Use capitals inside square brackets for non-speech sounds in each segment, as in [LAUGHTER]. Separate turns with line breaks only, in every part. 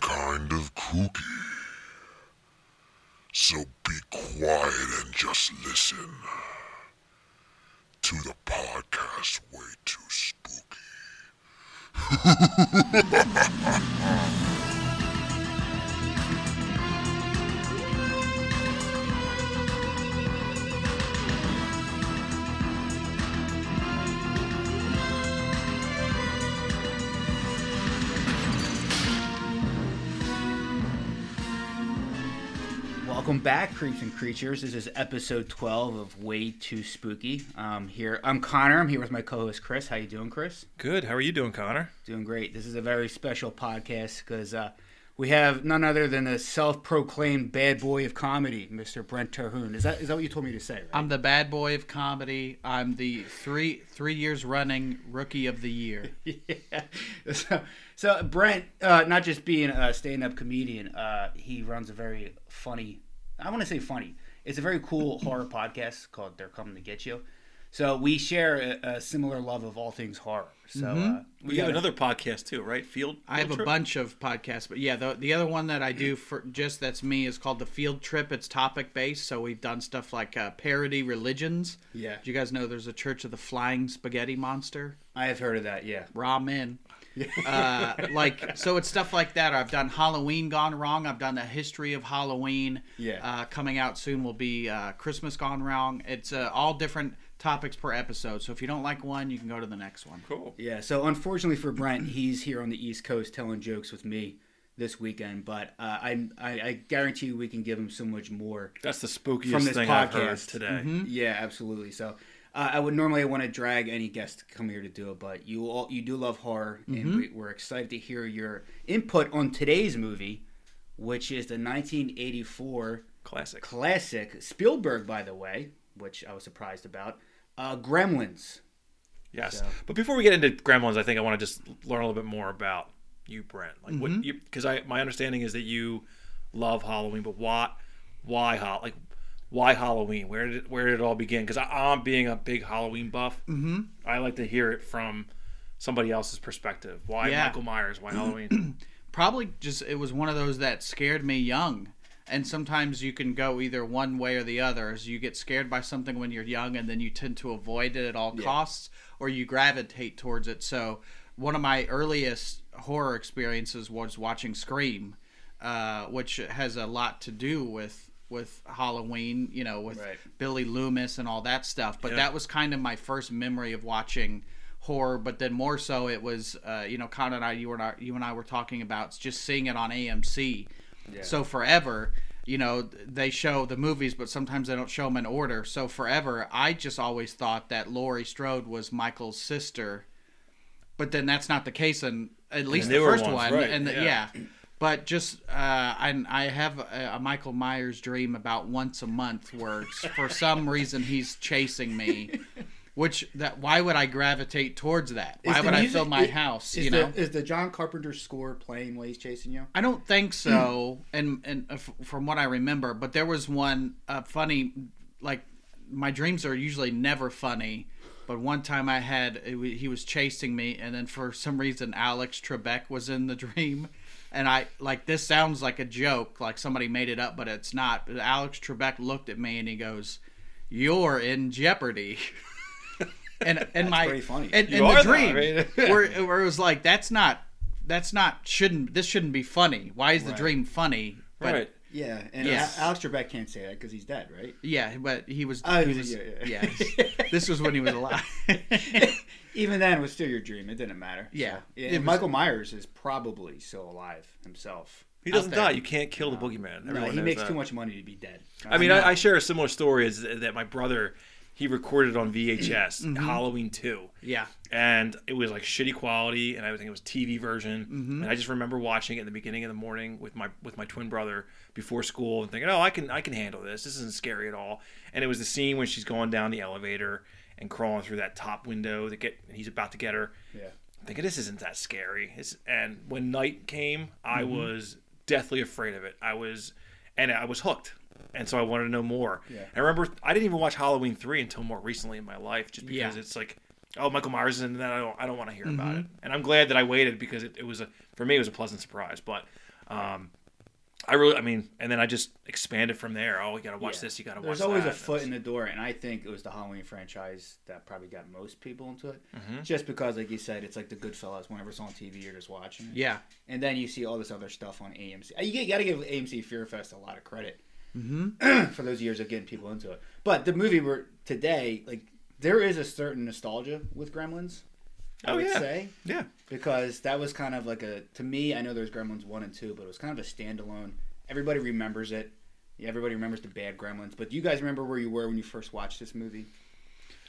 kind of kooky. So be quiet and just listen to the podcast Way Too Spooky.
Welcome back, creeps and creatures. This is episode twelve of Way Too Spooky. Um, here I'm Connor. I'm here with my co-host Chris. How you doing, Chris?
Good. How are you doing, Connor?
Doing great. This is a very special podcast because uh, we have none other than the self-proclaimed bad boy of comedy, Mr. Brent Terhune. Is that is that what you told me to say? Right?
I'm the bad boy of comedy. I'm the three three years running rookie of the year.
[LAUGHS] yeah. So, so Brent, uh, not just being a stand-up comedian, uh, he runs a very funny. I want to say funny. It's a very
[LAUGHS]
cool horror podcast called "They're Coming to Get You." So we share a, a similar love of all things horror. So uh,
Mm-hmm. We have another podcast too, right? Field.
I have a bunch of podcasts, but yeah, the the other one that I do for just that's me is called the Field Trip. It's topic based, so we've done stuff like uh, parody religions.
Yeah.
Do you guys know there's a Church of the Flying Spaghetti Monster?
I have heard of that. Yeah.
Ramen. uh, like so, it's stuff like that. I've done Halloween Gone Wrong. I've done the history of Halloween.
Yeah.
Uh, coming out soon will be uh, Christmas Gone Wrong. It's uh, all different topics per episode. So if you don't like one, you can go to the next one.
Cool.
Yeah, so unfortunately for Brent, he's here on the East Coast telling jokes with me this weekend, but uh, I, I I guarantee you we can give him so much more.
That's the spookiest
From this
thing I've heard
podcast. Mm-hmm.
today.
Mm-hmm.
Yeah, absolutely. So uh, I would normally want to drag any guest to come here to do it, but you all you do love horror, and we, we're excited to hear your input on today's movie, which is the 1984
Classic.
classic Spielberg, by the way, which I was surprised about. Uh, Gremlins.
Yes.
So-
But before we get into Gremlins, I think I want to just learn a little bit more about you, Brent. Like what
Mm-hmm.
you because I my understanding is that you love Halloween, but why why Hall like why Halloween? Where did where did it all begin? Because I'm being a big Halloween buff. Mm-hmm. I like to hear it from somebody else's perspective. Why
Yeah.
Michael Myers? Why
[CLEARS THROAT]
Halloween?
probably just it was one of those that scared me young and sometimes you can go either one way or the other as you get scared by something when you're young and then you tend to avoid it at all costs or you gravitate towards it so one of my earliest horror experiences was watching scream uh, which has a lot to do with with halloween you know with
Right.
billy loomis and all that stuff but that was kind of my first memory of watching horror, but then more so it was, uh, you know, Connor and I, you and I, you and I were talking about just seeing it on AMC. So forever, you know, th- they show the movies, but sometimes they don't show them in order. So forever, I just always thought that Laurie Strode was Michael's sister, but then that's not the case in at least the
newer
first
ones,
one.
right,
And the,
yeah.
yeah. But just, uh, I, I have a, a Michael Myers dream about once a month where s- for some reason he's chasing me. Which that why would I gravitate towards that? Why
Is
would
the
I fill
music-
my
is-
house?
Is
You
the,
know,
is the John Carpenter score playing while he's chasing you?
I don't
[CLEARS THROAT]
think so. and and uh, f- from what I remember, but there was one uh, funny. Like my dreams are usually never funny, but one time I had it, wa- he was chasing me, and then for some reason Alex Trebek was in the [LAUGHS] dream. And I like this sounds like a joke, like somebody made it up, but it's not. But Alex Trebek looked at me and he goes, "You're in jeopardy." [LAUGHS] and and my
pretty funny.
and,
You
and
are,
the
though. I
dream
[LAUGHS] mean-
where, where it was like that's not that's not shouldn't this shouldn't be funny why is the dream funny but
right.
Yeah, and
Yes.
A- Alex Trebek can't say that because he's dead, right?
yeah but he was,
Oh,
he
yeah,
was
yeah,
yeah, this was when he was alive [LAUGHS]
Even then, it was still your dream. It didn't matter.
Yeah.
So, yeah
It
and
was-
Michael Myers is probably still alive himself.
He doesn't
there.
die. You can't kill the boogeyman.
No,
Everyone
he
knows
makes
that.
too much money to be dead.
I mean, I, I share a similar story is that my brother he recorded on VHS
Mm-hmm.
Halloween two.
yeah
And it was like shitty quality, and I think it was TV version.
Mm-hmm.
And I just remember watching it in the beginning of the morning with my with my twin brother before school, and thinking, "Oh, I can I can handle this. This isn't scary at all." And it was the scene when she's going down the elevator and crawling through that top window that get and he's about to get her.
Yeah.
thinking this isn't that scary. It's, and when night came, I
Mm-hmm.
was deathly afraid of it. I was, and I was hooked, and so I wanted to know more. And I remember I didn't even watch Halloween three until more recently in my life, just because
Yeah.
it's like, oh, Michael Myers is
Mm-hmm.
in that. I don't, I don't want to hear about it. And I'm glad that I waited because it, it was a for me it was a pleasant surprise. But Um, I really, I mean, and then I just expanded from there. Oh, you got to watch this. You got to watch.
There's always
that.
a foot in the door, and I think it was the Halloween franchise that probably got most people into it,
Mm-hmm.
just because, like you said, it's like the Goodfellas. Whenever it's on TV, you're just watching. it.
Yeah.
and then you see all this other stuff on AMC. Uh, You, get- you got to give AMC Fear Fest a lot of credit [CLEARS THROAT] for those years of getting people into it. But the movie we're today, like, there is a certain nostalgia with Gremlins. I
Oh,
would
yeah.
say
Yeah,
because that was kind of like a to me. I know there's Gremlins one and two, but it was kind of a standalone. Everybody remembers it. Yeah, everybody remembers the bad Gremlins. But do you guys remember where you were when you first watched this movie?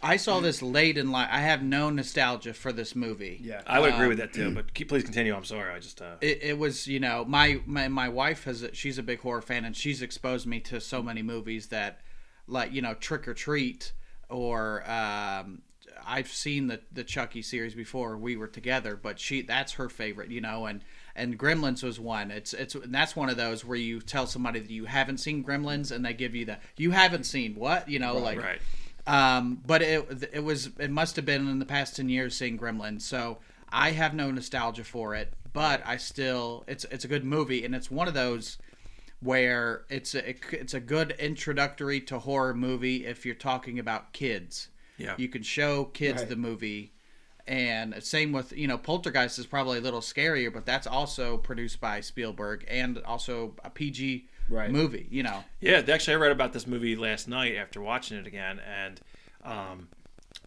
I saw this late in life. I have no nostalgia for this movie.
I would agree with that too.
[CLEARS THROAT]
But keep, please continue. I'm sorry. I just. Uh,
It, it was, you know, my, my my wife has a, she's a big horror fan and she's exposed me to so many movies that, like you know, Trick or Treat or um, I've seen the the Chucky series before. We were together, but she that's her favorite, you know, and and Gremlins was one. It's it's and that's one of those where you tell somebody that you haven't seen Gremlins and they give you the you haven't seen what you know like
right.
um, but it it was it must have been in the past ten years seeing Gremlins. So I have no nostalgia for it, but I still it's it's a good movie, and it's one of those where it's a it's a good introductory to horror movie if you're talking about kids.
Yeah.
you can show kids
Right.
the movie, and same with you know Poltergeist is probably a little scarier, but that's also produced by Spielberg and also a PG
Right.
movie. You know,
Yeah, actually, I read about this movie last night after watching it again, and um,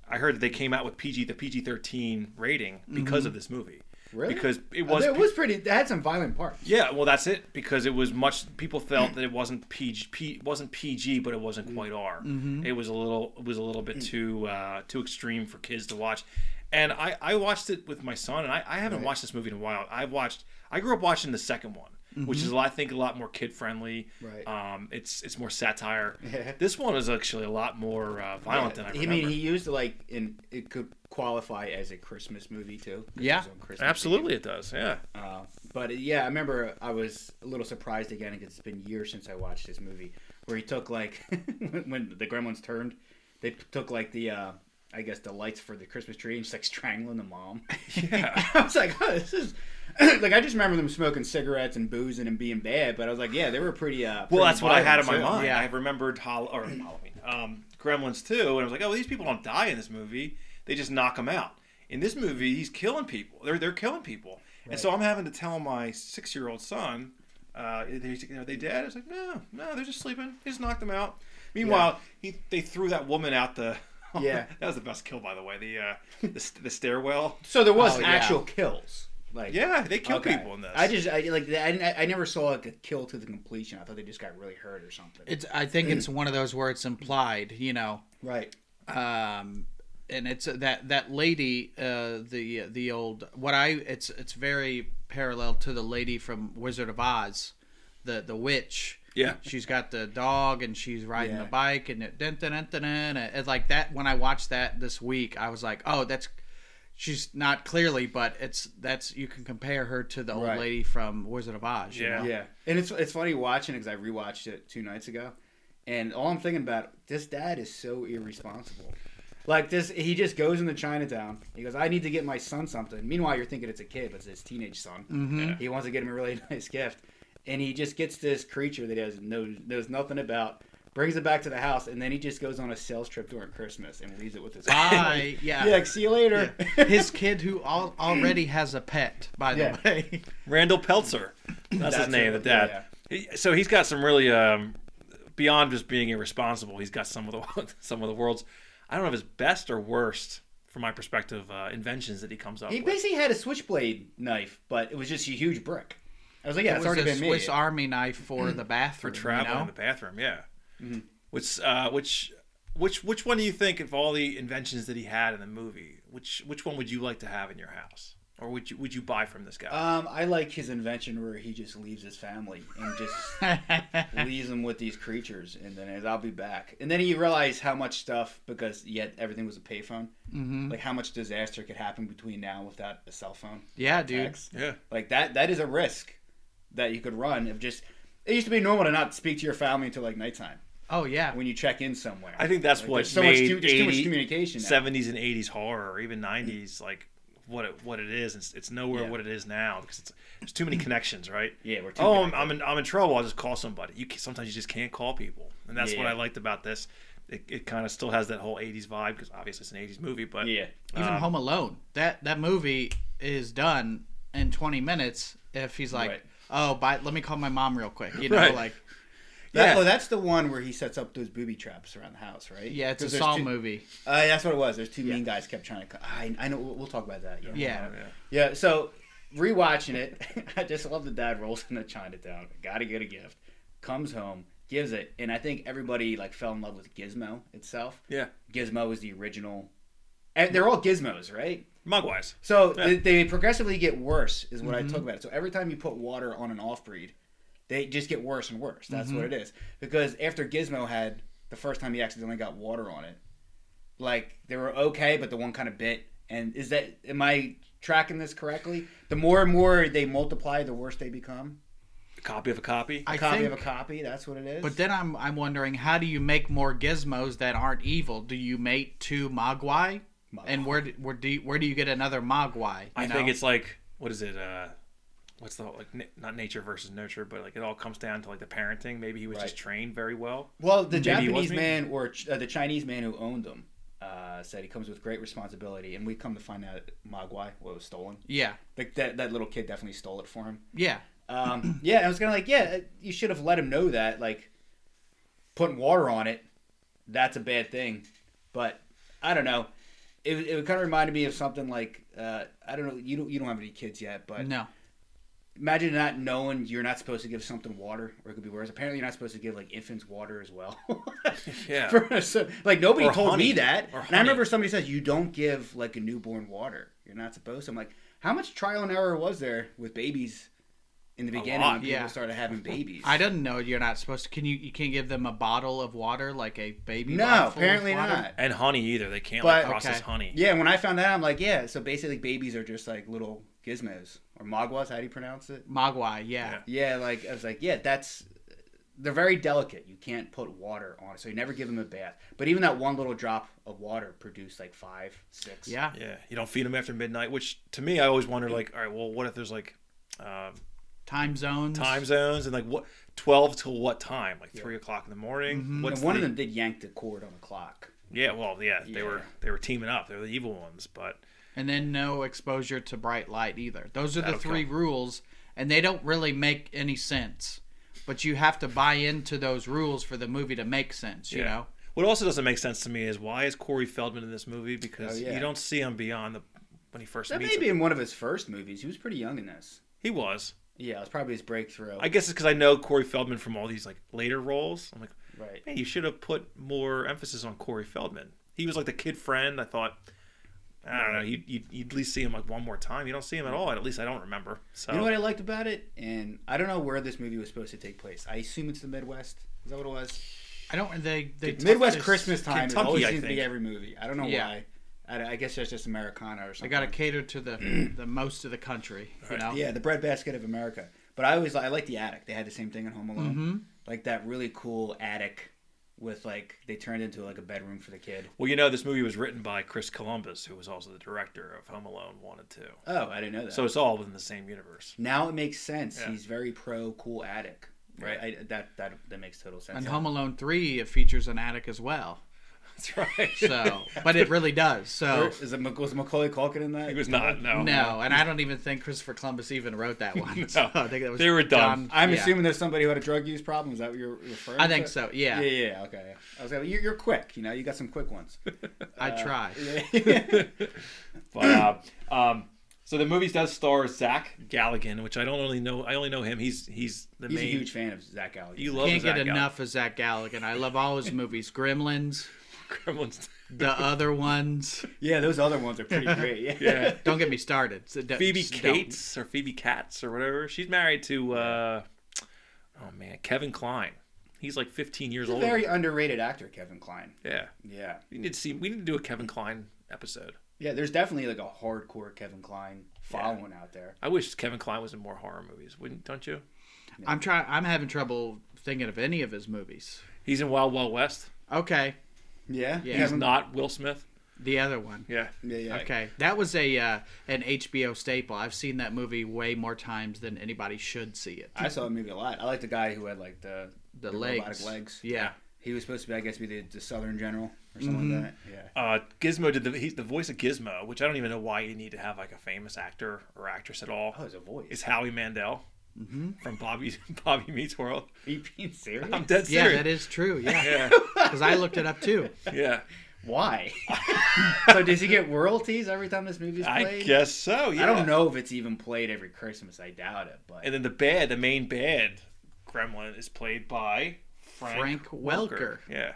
I heard that they came out with PG the PG thirteen rating because of this movie.
Mm-hmm. Really?
Because it was.
Uh, it was pretty. It had some violent parts.
yeah, well, that's it. Because it was much. People felt that it wasn't PG, P, wasn't PG, but it wasn't quite R. It was a little. It was a little
Mm.
bit too uh, too extreme for kids to watch. And I, I watched it with my son, and I, I haven't watched this movie in a while. I've watched. I grew up watching the second one, which is a lot, I think a lot more kid friendly.
Right.
Um, it's it's
[LAUGHS]
more satire. This one is actually a lot more uh, violent than I
I
remember.
mean, he used like in it could qualify as a Christmas movie too. 'cause it
Yeah.
was on Christmas Eve.
Absolutely, it does. Yeah.
Uh, but yeah, I remember I was a little surprised again because it's been years since I watched this movie where he took like [LAUGHS] when the gremlins turned, they took like the uh, I guess the lights for the Christmas tree and just like strangling the mom.
Yeah.
[LAUGHS] I was like, oh, this is [CLEARS THROAT] like I just remember them smoking cigarettes and boozing and being bad, but I was like, yeah, they were pretty. Uh,
Well,
pretty
that's what I had in my
violent, too.
mind.
Yeah.
I remembered Hol- or Halloween, um, Gremlins too, and I was like, oh, these people don't die in this movie; they just knock them out. In this movie, he's killing people. They're they're killing people, and so I'm having to tell my six year old son, uh, they- are they dead? I was like, no, no, they're just sleeping. They just knocked them out. Meanwhile, he they threw that woman out the.
Yeah.
[LAUGHS] that was the best kill, by the way. The uh, the, st- the stairwell.
So there was
Oh, yeah.
actual kills. Like
Yeah, they kill
okay.
people in this.
I just I like I, didn't- I never saw like a kill to the completion. I thought they just got really hurt or something.
it's I think it's one of those where it's implied. You know,
right.
um and it's that that lady uh the the old what i it's it's very parallel to the lady from wizard of oz the the witch
Yeah.
she's got the dog and she's riding
Yeah.
the bike and it, dun, dun, dun, dun, dun, and it's like that when i watched that this week i was like oh that's she's not clearly but it's that's you can compare her to the old
Right.
lady from wizard of oz you
Yeah.
know?
Yeah, and it's it's funny watching it because I rewatched it two nights ago, and all I'm thinking about this dad is so irresponsible. Like this, he just goes into Chinatown. He goes, "I need to get my son something." Meanwhile, you're thinking it's a kid, but it's his teenage son.
Yeah.
He wants to get him a really [LAUGHS] nice gift, and he just gets this creature that he has knows knows nothing about. Brings it back to the house, and then he just goes on a sales trip during Christmas and leaves it
[LAUGHS]
with his.
Bye.
yeah,
Yeah.
like, see you later. [LAUGHS]
his kid who al- already has a pet by the
Yeah.
[LAUGHS] way
Randall Peltzer. That's, his
That's
name,
it,
the dad.
yeah,
He, so he's got some really um, beyond just being irresponsible. He's got some of the [LAUGHS] some of the world's I don't know if his best or worst from my perspective uh, inventions that he comes up
he
with.
basically had a switchblade knife, but it was just a huge brick. I was like, "Yeah,
It
it's
was
already
a
been
Swiss
made."
Army knife for
[CLEARS THROAT]
the bathroom.
Traveling
you know?
in the bathroom, yeah.
Mm-hmm.
Which uh, which which which one do you think of all the inventions that he had in the movie? Which which one would you like to have in your house, or would you would you buy from this guy?
Um, I like his invention where he just leaves his family and
[LAUGHS]
just leaves them with these creatures, and then is, I'll be back. And then you realize how much stuff because yet everything was a payphone, mm-hmm. like how much disaster could happen between now without a cell phone.
Yeah, dude.
Text.
yeah,
Like that, that is a risk that you could run of just. It used to be normal to not speak to your family until like nighttime
Oh yeah.
when you check in somewhere.
I think that's
Like,
what
there's so
made
much too, there's too much
80
communication. now.
70s and 80s horror or even 90s like what it what it is. It's, it's nowhere
Yeah.
what it is now because it's, there's too many connections, right?
[CLEARS THROAT] Yeah, we're too
oh, I'm,
connected.
I'm in I'm in trouble. I'll just call somebody. You can, sometimes you just can't call people, and that's what
Yeah.
I liked about this. It, it kind of still has that whole '80s vibe because obviously it's an '80s movie, but
Yeah.
Even
Um,
Home Alone. That that movie is done in 20 minutes if he's like,
Right.
"Oh, by, let me call my mom real quick." You know,
Right.
like
Yeah.
That- oh, that's the one where he sets up those booby traps around the house, right?
yeah, it's a
'Cause there's
Saw
two-
movie.
Uh, that's what it was. There's two mean guys kept trying to. co- I, I know. We'll, we'll talk about that. Yeah.
Yeah.
Yeah, so rewatching it, [LAUGHS] I just love the dad rolls into Chinatown. Gotta get a gift. Comes home, gives it, and I think everybody like fell in love with Gizmo itself.
yeah,
Gizmo is the original. And they're all gizmos, right?
mugwise.
So
Yeah.
they, they progressively get worse, is what
Mm-hmm.
I talk about. So every time you put water on an off breed, they just get worse and worse. That's
Mm-hmm.
what it is. Because after Gizmo had the first time he accidentally got water on it, like they were okay, but the one kind of bit. And is that am I tracking this correctly? The more and more they multiply, the worse they become.
A copy of a copy.
I
copy
think
of a copy. That's what it is.
But then I'm I'm wondering how do you make more gizmos that aren't evil? Do you mate two Mogwai? And where do, where do you, where do you get another Mogwai? you
I think
know?
it's like what is it? Uh, what's the whole, like na- not nature versus nurture, but like it all comes down to like the parenting. Maybe he was
Right.
just trained
[LAUGHS]
very well.
Well, the
Maybe he
Japanese
wasn't.
man or ch- uh, the Chinese man who owned them uh, said he comes with great responsibility, and we come to find out Mogwai what was stolen.
yeah
Like that, that little kid definitely stole it for him.
yeah
Um, yeah, I was gonna like, yeah, you should have let him know that. Like, putting water on it, that's a bad thing. But I don't know. It, it kind of reminded me of something like uh, I don't know. You don't you don't have any kids yet, but
no
imagine not knowing you're not supposed to give something water, or it could be worse. Apparently, you're not supposed to give like infants water as well. [LAUGHS]
Yeah.
For- so, like nobody
Or
told me
honey.
that,
Or
and I remember
honey.
somebody says you don't give like a newborn water. You're not supposed. to. I'm like, how much trial and error was there with babies in the beginning
lot,
when people
yeah.
started having babies?
I didn't know you're not supposed to. Can you you can't give them a bottle of water like a baby?
no,
bottle full of
apparently
water?
not.
And honey either. They can't
But-
like, process
okay.
honey.
Yeah, when I found that, I'm like, yeah. So basically, babies are just like little gizmos or magwas. How do you pronounce it?
Mogwai, yeah.
Yeah.
Yeah, like I was like, yeah, that's they're very delicate. You can't put water on it, so you never give them a bath. But even that one little drop of water produced like five, six.
yeah,
Yeah, you don't feed them after midnight, which to me, I always wonder, like, all right, well, what if there's like
[LAUGHS]
uh,
Time zones,
time zones and like what twelve till what time? Like three o'clock in the morning. What's
Mm-hmm. and one
the-
of them did yank the cord on the clock.
Yeah, well, yeah, they were
Yeah.
they were teaming up. They were the evil ones, but
and then no exposure to bright light either. Those are the
That'll
three rules, and they don't really make any sense. But you have to buy into those rules for the movie to make sense. You
Yeah.
know,
What also doesn't make sense to me is why is Corey Feldman in this movie? Because
Oh, yeah.
you don't see him beyond the when he first
That
meets
may be
him.
in one of his first movies. He was pretty young in this.
He was.
Yeah, it was probably his breakthrough.
I guess it's because I know Corey Feldman from all these like later roles. I'm like,
right.
man, you should have put more emphasis on Corey Feldman. He was like the kid friend. I thought, I don't know, you you you at least see him like one more time. You don't see him at all. At least I don't remember. So
You know what I liked about it, and I don't know where this movie was supposed to take place. I assume it's the Midwest. Is that what it was?
I don't. They, they
Midwest
they-
Christmas time is
Kentucky,
always
I
seems to be
think.
every movie. I don't know
Yeah.
why. I, I guess that's just Americana or
They
something.
got to cater
[CLEARS THROAT]
to the the most of the country. You know,
Yeah, the breadbasket of America. But I always I like the attic. They had the same thing in Home Alone, like that really cool attic with like they turned into like a bedroom for the kid.
Well, you know, this movie was written by Chris Columbus, who was also the director of Home Alone One and Two.
Oh, I didn't know that.
So it's all within the same universe.
now it makes sense.
Yeah.
He's very pro cool attic, right? I, that that that makes total sense.
and Home Alone three it features an attic as well.
That's
[LAUGHS]
[LAUGHS] right.
So, but it really does. So.
Is it Mac- was Macaulay Culkin in that?
he was not. No.
No, and I don't even think Christopher Columbus even
[LAUGHS]
wrote that one. So I think that was
They were dumb.
done-
I'm
yeah.
assuming there's somebody who had a drug use problem. Is that what you're referring?
I think
to?
so. Yeah,
Yeah, yeah, okay. yeah. I was like, you're, you're quick. You know, you got some quick
[LAUGHS]
ones. [LAUGHS]
I
uh,
try.
But uh, um, so the movie does star Zach Galligan, which I don't only know. I only know him. He's he's the
He's a
main.
huge fan of Zach Galligan.
You love
Can't
Zach
get
Galligan.
enough of Zach Galligan. I love all his movies: Gremlins,
[LAUGHS]
Gremlins. [LAUGHS]
the other ones.
yeah, those other ones are pretty great. Yeah.
Yeah.
Don't get me started. So don't-
Phoebe
just don't.
Cates or Phoebe Katz or whatever. She's married to. Uh, oh man, Kevin Klein. He's like 15 years
He's a
older.
very underrated actor, Kevin Klein.
Yeah.
Yeah.
We need to see. We need to do a Kevin Klein episode.
Yeah, there's definitely like a hardcore Kevin Klein following out there.
I wish Kevin Klein was in more horror movies. Wouldn't don't you?
I'm trying. I'm having trouble thinking of any of his movies.
He's in Wild Wild West.
Okay.
Yeah.
Yeah.
He's
Kevin,
not Will Smith.
The other one.
Yeah.
Yeah, yeah.
Okay, that was a uh, an HBO staple. I've seen that movie way more times than anybody should see it.
I saw that movie a lot. I like the guy who had like the
The
robotic
legs.
legs.
Yeah.
He was supposed to be, I guess, be the, the Southern General or something
Mm-hmm.
like that. Yeah.
Uh, Gizmo did the he's the voice of Gizmo, which I don't even know why you need to have like a famous actor or actress at all.
Oh, Mm-hmm. it's a voice.
Is Howie Mandel from Bobby [LAUGHS] Bobby Meets World?
Are you being serious?
I'm dead
Yeah,
serious.
that is true. Yeah, [LAUGHS]
yeah,
because I looked it up too.
yeah.
Why? [LAUGHS] so does he get royalties every time this movie's
I
played?
guess so. Yeah.
I don't know if it's even played every Christmas. I doubt it. But
And then the bad, the main bad gremlin is played by Frank,
Frank Welker.
Yeah.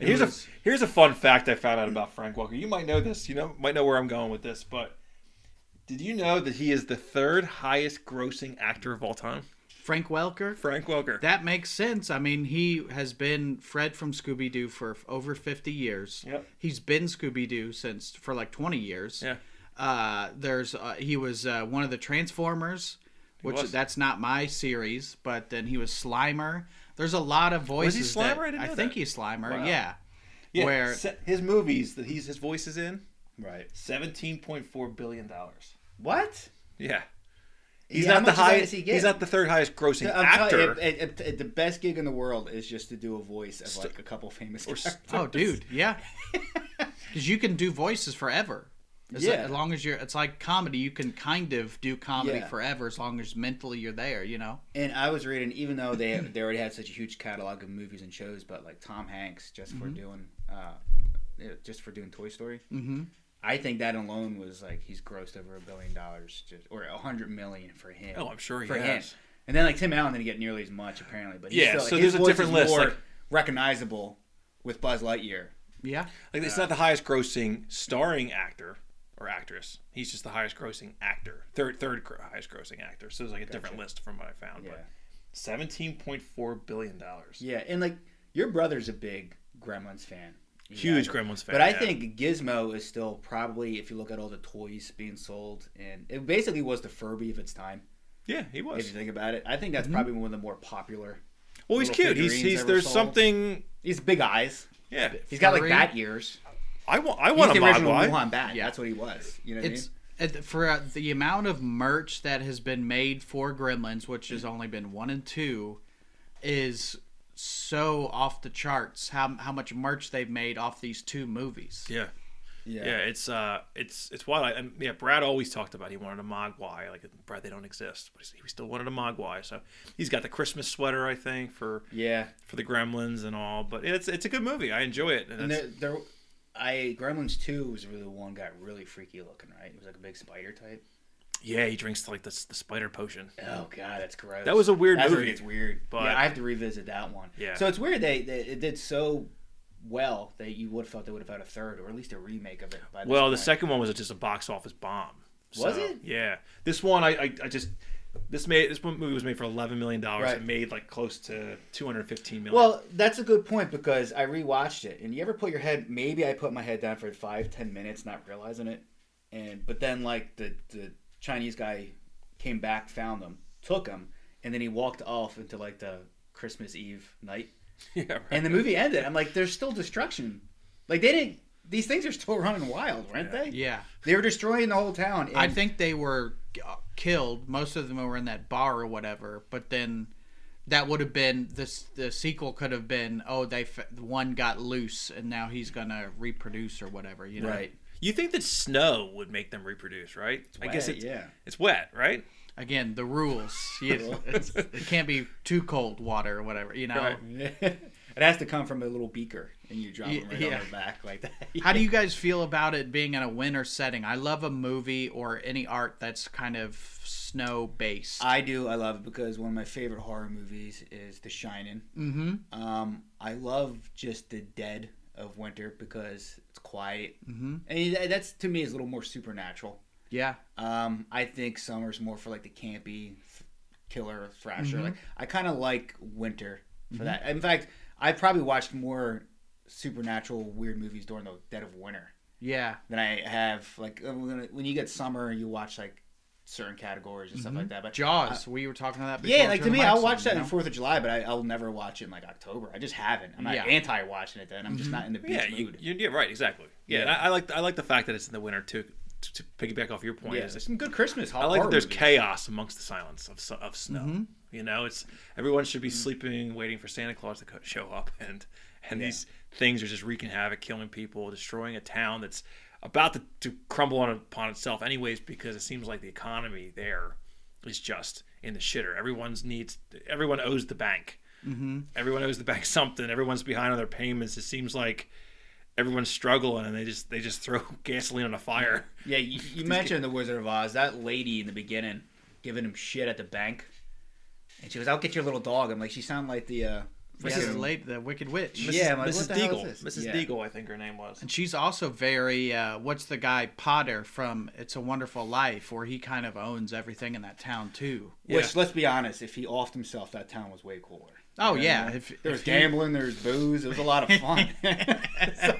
And here's
was-
a here's a fun fact I found out about Frank Welker. You might know this. You know might know where I'm going with this, but did you know that he is the third highest grossing actor of all time?
Frank Welker.
Frank Welker.
That makes sense. I mean, he has been Fred from Scooby Doo for f- over 50 years.
Yep.
He's been Scooby Doo since for like 20 years.
Yeah.
Uh, there's uh, he was uh, one of the Transformers, which
was.
that's not my series, but then he was Slimer. There's a lot of voices.
Slimer?
That,
I didn't know
think
that.
he's Slimer.
Wow.
Yeah.
yeah.
where-
se- his movies that he's his voice is in
right.
seventeen point four billion dollars.
What?
Yeah. He's
Yeah, how
not the
much of that
highest.
is he
he's
getting?
not the third highest grossing
I'm
actor.
telling you, it- it- it- the best gig in the world is just to do a voice of like a couple famous
or
characters.
Oh, dude. Yeah.
[LAUGHS]
Because you can do voices forever. As,
Yeah.
as long as you're, it's like comedy. You can kind of do comedy
Yeah.
forever as long as mentally you're there. You know.
And I was reading, even though they they already had such a huge catalog of movies and shows, but like Tom Hanks just
Mm-hmm.
for doing, uh, you know, just for doing Toy Story,
Mm-hmm.
I think that alone was like he's grossed over a billion dollars just, or a hundred million for him.
oh, I'm sure he
for him.
has.
And then like Tim Allen didn't get nearly as much apparently, but he's
Yeah,
Still,
so
his
there's a
voice
different
is
list,
more
like-
recognizable with Buzz Lightyear.
Yeah.
Like it's not the highest grossing starring actor or actress. He's just the highest grossing actor. Third third gr- highest grossing actor. So it's like a different list from what I found.
Yeah.
But seventeen point four billion dollars.
Yeah, and like your brother's a big Gremlins fan. You
Huge
guys-
Gremlins fan.
But I
yeah.
think Gizmo is still probably, if you look at all the toys being sold, and it basically was the Furby of its time.
Yeah, he
If
was.
you think about it, I think
Mm-hmm.
that's probably one of the more popular.
Well he's
little
cute. He's
figurines
he's
ever
there's
sold.
something
He's big eyes.
yeah.
He's got like
Furry?
bat ears.
I want I
He's
want
the
a
original
Mogwai.
Wuhan bat.
Yeah.
That's what he was. You know what
it's at- for uh, the amount of merch that has been made for Gremlins, which has only been one and two, is so off the charts. How how much merch they've made off these two movies?
Yeah.
I mean?
Yeah, it's uh, it's it's wild. I, and yeah, Brad always talked about he wanted a Mogwai. Like Brad, they don't exist, but he still wanted a Mogwai. So he's got the Christmas sweater, I think, for
Yeah.
for the Gremlins and all. But it's it's a good movie. I enjoy it. And
And
that's,
there, there, I Gremlins Two was really the one got really freaky looking, right? It was like a big spider type.
yeah, he drinks like the, the spider potion.
Oh god, that's gross.
That was a weird
That's where it
movie,
gets weird.
but-
yeah, I have to revisit that one.
Yeah.
So it's weird they, they it did so well that you would have thought they would have had a third or at least a remake of it. By this
Well, the
point.
second one was just a box office bomb.
Was it?
Yeah. This one, I, I, I just this made this one movie was made for eleven million dollars.
Right.
It made like close to two hundred fifteen million.
Well, that's a good point because I rewatched it, and you ever put your head? Maybe I put my head down for five, ten minutes, not realizing it, and but then like the the Chinese guy came back, found them, took them, and then he walked off into like the Christmas Eve night,
[LAUGHS] yeah, right.
and the movie ended. I'm like, there's still destruction, like they didn't. These things are still [LAUGHS] running wild, weren't they?
Yeah,
They were destroying the whole town. And
I think they were uh, killed. Most of them were in that bar or whatever. But then that would have been this. The sequel could have been oh they f- one got loose and now he's gonna reproduce or whatever. You know.
right.
you think that snow would make them reproduce, right? I guess
wet,
it's
yeah.
it's wet, right?
Again, the rules.
[LAUGHS]
You, it's, it can't be too cold water or whatever. You know.
[LAUGHS]
Right.
it has to come from a little beaker, and you drop
Ye-
them right
yeah.
on their back like [LAUGHS] that.
How do you guys feel about it being in a winter setting? I love a movie or any art that's kind of snow based.
I do. I love it because one of my favorite horror movies is The Shining.
mm-hmm.
Um, I love just the dead of winter because it's quiet,
Mm-hmm.
and that- that's to me is a little more supernatural.
Yeah.
Um, I think summer's more for like the campy, th- killer thrasher. Like I kind of like winter for that. In fact, I probably watched more supernatural weird movies during the dead of winter
Yeah.
uh, than I have. Like when when you get summer, you watch like certain categories and stuff like that. But
Jaws. we were talking about that. Before
uh, Yeah, like to
Turn
me,
the
I'll
mics
watch
on,
that
you
on
know?
Fourth of July, but I, I'll never watch it in like October. I just haven't. I'm not
Yeah.
anti-watching it then. I'm just not in the beach
Yeah, you,
mood.
you, yeah, right, exactly. Yeah, and I, I like I like the fact that it's in the winter too. To, to piggyback off your point,
yeah,
is
there's some good Christmas.
I like that there's chaos amongst the silence of s- of snow. You know, it's everyone should be sleeping, waiting for Santa Claus to co- show up, [LAUGHS] and and these things are just wreaking havoc, killing people, destroying a town that's about to, to crumble on upon itself, anyways, because it seems like the economy there is just in the shitter. Everyone's needs, everyone owes the bank. Mm-hmm. Everyone owes the bank [LAUGHS] something. Everyone's behind on their payments. It seems like everyone's struggling, and they just they just throw [LAUGHS] gasoline on a fire.
Yeah, you, you mentioned the Wizard of Oz. That lady in the beginning giving him shit at the bank, and she goes, "I'll get your little dog." I'm like, she sounded like the. Uh,
This is
freaking-
late. The Wicked Witch.
Yeah. I'm like, what
Mrs.
the hell
Deagle.
is this?
Mrs.
Yeah.
Deagle, I think her name was.
And she's also very uh, what's the guy Potter from It's a Wonderful Life, where he kind of owns everything in that town too.
Which, let's be honest, if he offed himself, that town was way cooler.
Oh yeah, if,
There was
if he-
gambling, there was booze. It was a lot of fun. [LAUGHS] So,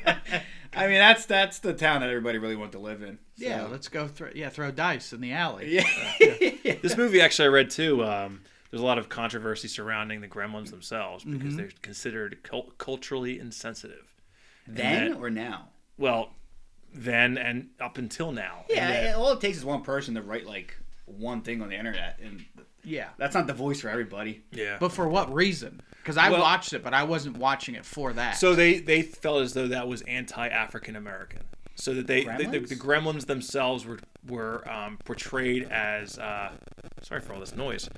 I mean, that's that's the town that everybody really wanted to live in. So,
yeah, let's go throw yeah throw dice in the alley.
yeah.
This movie actually I read too. Um, there's a lot of controversy surrounding the Gremlins themselves because
Mm-hmm.
they're considered cul- culturally insensitive.
Then
that-
or now?
Well, then and up until now. And
Yeah,
that-
yeah, all it takes is one person to write like one thing on the internet, and
Yeah.
that's not the voice for everybody.
yeah.
But for what reason? Because I
Well-
watched it, but I wasn't watching it for that.
so they they felt as though that was anti-African American. So that they, they- the,
Gremlins?
the Gremlins themselves were were um, portrayed as uh, sorry for all this noise.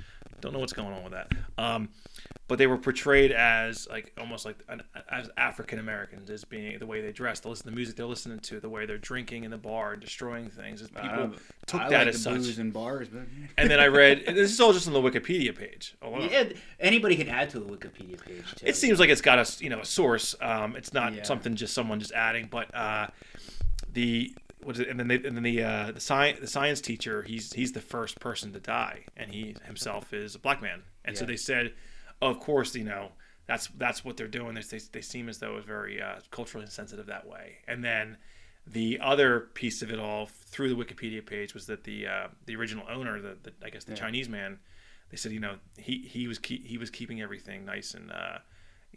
Don't know what's going on with that. Um, but they were portrayed as like almost like an, as African Americans as being the way they dress, the listen, the music they're listening to, the way they're drinking in the bar, destroying things. As people took
Um, I
that
like
as
the
such.
booze and bars, but
and then I read [LAUGHS] and this is all just on the Wikipedia page alone.
yeah, anybody can add to a Wikipedia page. Too.
It seems like it's got a you know a source. Um, it's not
Yeah.
something just someone just adding, but uh, the what is it? And then they, and then the uh, the science the science teacher he's he's the first person to die, and he
[LAUGHS]
himself is a black man, and so
Yeah.
they said, of course you know that's that's what they're doing. They they, they seem as though it's very uh, culturally insensitive that way, and then. The other piece of it all through the Wikipedia page was that the uh, the original owner, the, the I guess the Chinese man, they said you know he he was keep, he was keeping everything nice and uh,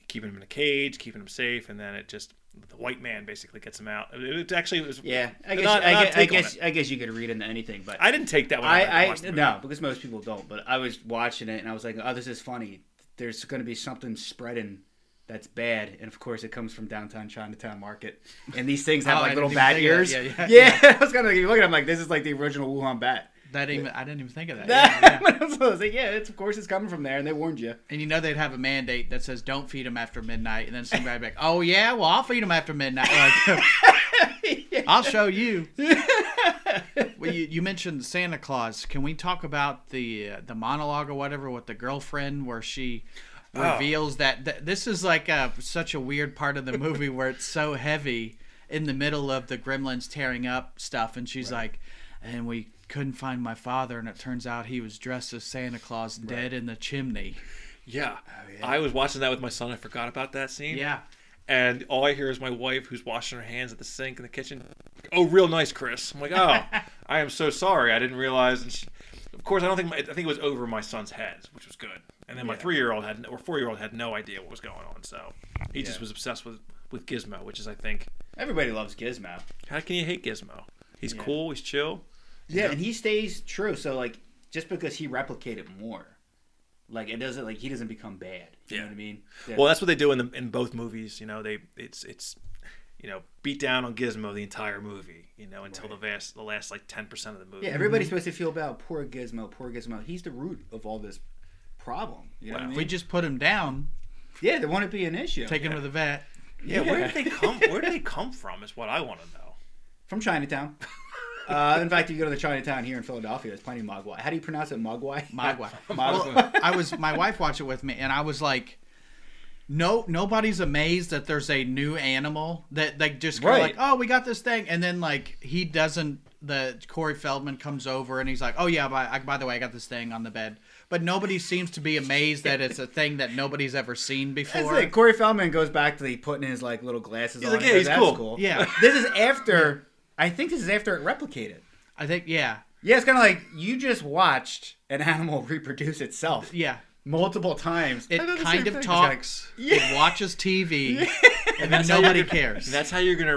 keeping him in a cage, keeping him safe, and then it just the white man basically gets him out. It, it actually was
yeah. I guess
not-
I,
not
guess, I
take on
guess
it.
I guess you could read into anything, but
I didn't take that one.
I, I
watched the movie.
no, because most people don't. But I was watching it and I was like, oh, this is funny. There's going to be something spreading that's bad, and of course, it comes from downtown Chinatown Market. And these things have
[LAUGHS] Oh, I
like
didn't
little
even
bat
think of
ears. [LAUGHS]
that.
Yeah,
Yeah,
I
yeah,
was kind of like, looking. I'm like, this is like the original Wuhan bat.
that even I didn't even
[LAUGHS]
think of that. Yeah, yeah.
so I was like, yeah, it's of course it's coming from there, and they warned you.
And you know they'd have a mandate that says don't feed them after midnight, and then somebody'd be like, "Oh yeah, well I'll feed them after midnight." Like, [LAUGHS] I'll show you. well, you, you mentioned Santa Claus. Can we talk about the uh, the monologue or whatever with the girlfriend where she reveals that, that this is like a, such a weird part of the movie where it's so heavy in the middle of the gremlins tearing up stuff, and she's like, and we couldn't find my father and it turns out he was dressed as santa claus dead in the chimney
yeah.
Oh,
I was watching that with my son. I forgot about that scene.
yeah
and all I hear is my wife who's washing her hands at the sink in the kitchen. Oh, real nice, Chris. I'm like,
[LAUGHS]
oh, I am so sorry. I didn't realize. And she, of course, I don't think my, I think it was over my son's head, which was good. And then my three year old had or four year old had no idea what was going on, so he just was obsessed with with Gizmo, which is I think
Everybody loves Gizmo.
how can you hate Gizmo? He's cool. He's chill.
Yeah, and he stays true. So like, just because he replicated more, like it doesn't like he doesn't become bad. You
Yeah.
know what I mean? Yeah.
Well, that's what they do in the in both movies. You know, they it's it's you know beat down on Gizmo the entire movie. You know, until the vast the last like ten percent of the movie.
Yeah, everybody's supposed to feel bad. Poor Gizmo, poor Gizmo. He's the root of all this problem. You know what I
Wow.
mean?
If we just put him down,
yeah, there won't be an issue.
take him to the vet.
Yeah, where did they
[LAUGHS]
come? Where did they come from? Is what I want to know.
From
[LAUGHS]
Chinatown. Uh, in fact, you go to the Chinatown here in Philadelphia, there's plenty of Mogwai. How do you pronounce it? Mogwai?
Mogwai.
[LAUGHS]
[LAUGHS]
Mogwai.
Well, I was my wife watched it with me, and I was like, no, nobody's amazed that there's a new animal that like just kind of
Right.
like, oh, we got this thing, and then like he doesn't. The Corey Feldman comes over and he's like, oh yeah, by, I, by the way, I got this thing on the bed. But nobody seems to be amazed that it's a thing that nobody's ever seen
That's
before.
it. Corey Feldman goes back to the putting his like little glasses on.
like,
and
yeah,
goes,
he's
"That's
cool."
cool.
[LAUGHS]
Yeah.
This is after, I think this is after it replicated.
I think yeah.
Yeah, it's kind of like you just watched an animal [LAUGHS] reproduce itself
Yeah.
multiple times.
It
I did the
kind
same
of
thing.
talks. It watches TV, and then
That's how you're
nobody
gonna-
cares.
That's how you're gonna